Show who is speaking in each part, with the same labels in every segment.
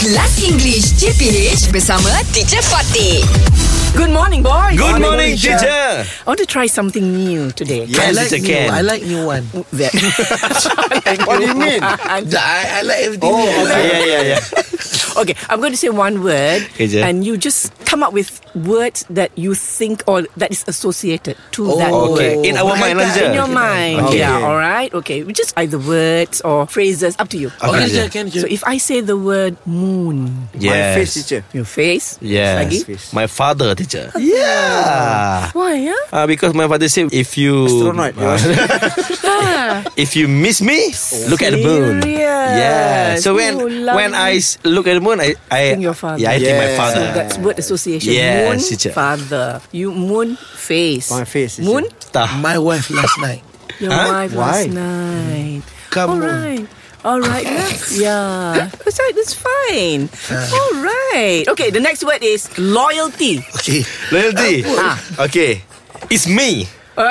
Speaker 1: Kelas English CPH bersama Teacher Fatih.
Speaker 2: Good morning, boys.
Speaker 3: Good morning, teacher.
Speaker 2: I want to try something new today.
Speaker 3: Yeah. Yes,
Speaker 4: I like
Speaker 3: it's a
Speaker 4: new.
Speaker 3: can.
Speaker 4: I like new one.
Speaker 2: That-
Speaker 4: what do you mean? I, I like everything. Oh,
Speaker 3: Yeah, yeah, yeah.
Speaker 2: okay, I'm going to say one word,
Speaker 3: Okay, je.
Speaker 2: and you just come up with words that you think or that is associated to that
Speaker 4: Oh,
Speaker 3: Okay,
Speaker 2: word.
Speaker 3: in our mind lah, teacher.
Speaker 2: In your mind,
Speaker 3: Okay.
Speaker 2: yeah, all right, okay. Just either words or phrases, up to you.
Speaker 4: Okay,
Speaker 3: Okay.
Speaker 4: teacher, can you?
Speaker 2: So if I say the word moon,
Speaker 3: Yes.
Speaker 4: My face, teacher.
Speaker 2: your face,
Speaker 3: Yes.
Speaker 2: lagi,
Speaker 3: My father, teacher. Yeah.
Speaker 2: why, yeah?
Speaker 3: Uh, because my father said, if you
Speaker 4: Astronaut.
Speaker 3: Ah, if you miss me, look at the moon.
Speaker 2: Oh. Serious?
Speaker 3: Yeah. So when
Speaker 2: Oh, lovely.
Speaker 3: when I s- look at the moon, I I
Speaker 2: Think your father.
Speaker 3: yeah I think my
Speaker 4: Yeah.
Speaker 3: father.
Speaker 2: So that's word association.
Speaker 3: Yes,
Speaker 2: moon,
Speaker 3: teacher.
Speaker 2: father. You moon face.
Speaker 4: My face, teacher.
Speaker 2: Moon,
Speaker 3: Tah.
Speaker 4: My wife last night.
Speaker 2: your
Speaker 3: Huh?
Speaker 2: wife
Speaker 4: Why?
Speaker 2: last night.
Speaker 4: Come
Speaker 2: All
Speaker 4: on.
Speaker 2: right. All right. yeah. yeah. That's right. That's fine. All right. Okay. The next word is loyalty.
Speaker 4: Okay.
Speaker 3: Loyalty.
Speaker 2: Ah.
Speaker 3: Okay. It's me.
Speaker 2: Oh.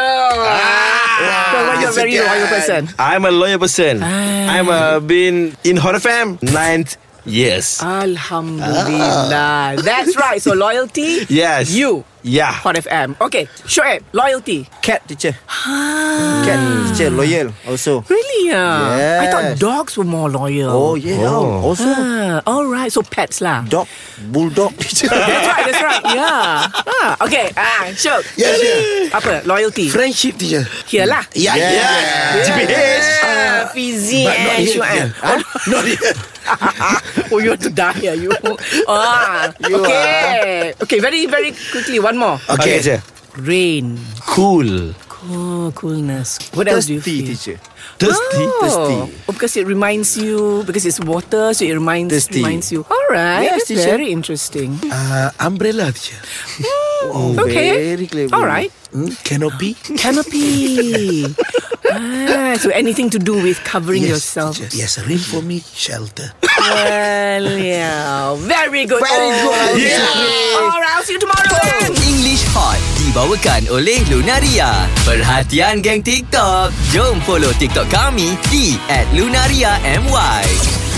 Speaker 2: so why you're a
Speaker 4: it's a
Speaker 2: very loyal
Speaker 4: guy.
Speaker 2: person.
Speaker 3: I'm a loyal person.
Speaker 2: Ah.
Speaker 3: I'm a been in Hot FM ninth years. Ah.
Speaker 2: Alhamdulillah. That's right. So loyalty.
Speaker 3: Yes.
Speaker 2: You.
Speaker 3: Yeah.
Speaker 2: Hot FM. Okay. Shoaib. Loyalty.
Speaker 4: Cat, teacher.
Speaker 3: Hmm. Ah.
Speaker 4: Cat, teacher. Loyal also.
Speaker 2: Really? Yeah. I thought
Speaker 4: Yes.
Speaker 2: dogs were more loyal.
Speaker 4: Oh, yeah.
Speaker 3: Oh.
Speaker 4: Also,
Speaker 2: Ah, all right. So pets lah.
Speaker 4: dog. Bulldog, teacher.
Speaker 2: That's right, that's right. Yeah. Ah, okay. Ah, sure.
Speaker 4: Yes, yeah.
Speaker 2: Apa? Loyalty.
Speaker 4: Friendship, teacher.
Speaker 2: Here lah.
Speaker 4: Yeah, yeah. yeah.
Speaker 3: GPH.
Speaker 2: Ah, Fizi
Speaker 4: But not
Speaker 2: and
Speaker 4: here,
Speaker 2: Shuan.
Speaker 4: teacher. Huh? Not here.
Speaker 2: Oh, you want to die here, you. Ah,
Speaker 4: You Uh,
Speaker 2: okay. Okay, very, very quickly. One more.
Speaker 3: Okay.
Speaker 4: Okay.
Speaker 3: teacher.
Speaker 2: Rain.
Speaker 3: Cool.
Speaker 2: Cool, coolness. What else do you
Speaker 4: Thirsty,
Speaker 2: feel?
Speaker 4: teacher.
Speaker 3: Thirsty.
Speaker 2: Oh.
Speaker 4: thirsty.
Speaker 2: Oh, because it reminds you, because it's water, so it reminds
Speaker 4: Thirsty.
Speaker 2: reminds you. All right,
Speaker 4: Yes,
Speaker 2: that's
Speaker 4: teacher.
Speaker 2: very interesting.
Speaker 4: Uh, umbrella, teacher.
Speaker 2: okay.
Speaker 4: Oh, Very clever.
Speaker 2: All right.
Speaker 4: Hmm? Canopy.
Speaker 2: Canopy. ah, so anything to do with covering yourself.
Speaker 4: teacher. Yes, rain for me, shelter.
Speaker 2: Well, yeah. Very good.
Speaker 4: Very
Speaker 2: Oh,
Speaker 4: good.
Speaker 2: Yeah. All right, I'll see you tomorrow then.
Speaker 5: English Hot dibawakan oleh Lunaria. Perhatian geng TikTok, jom follow TikTok kami di @lunariamy.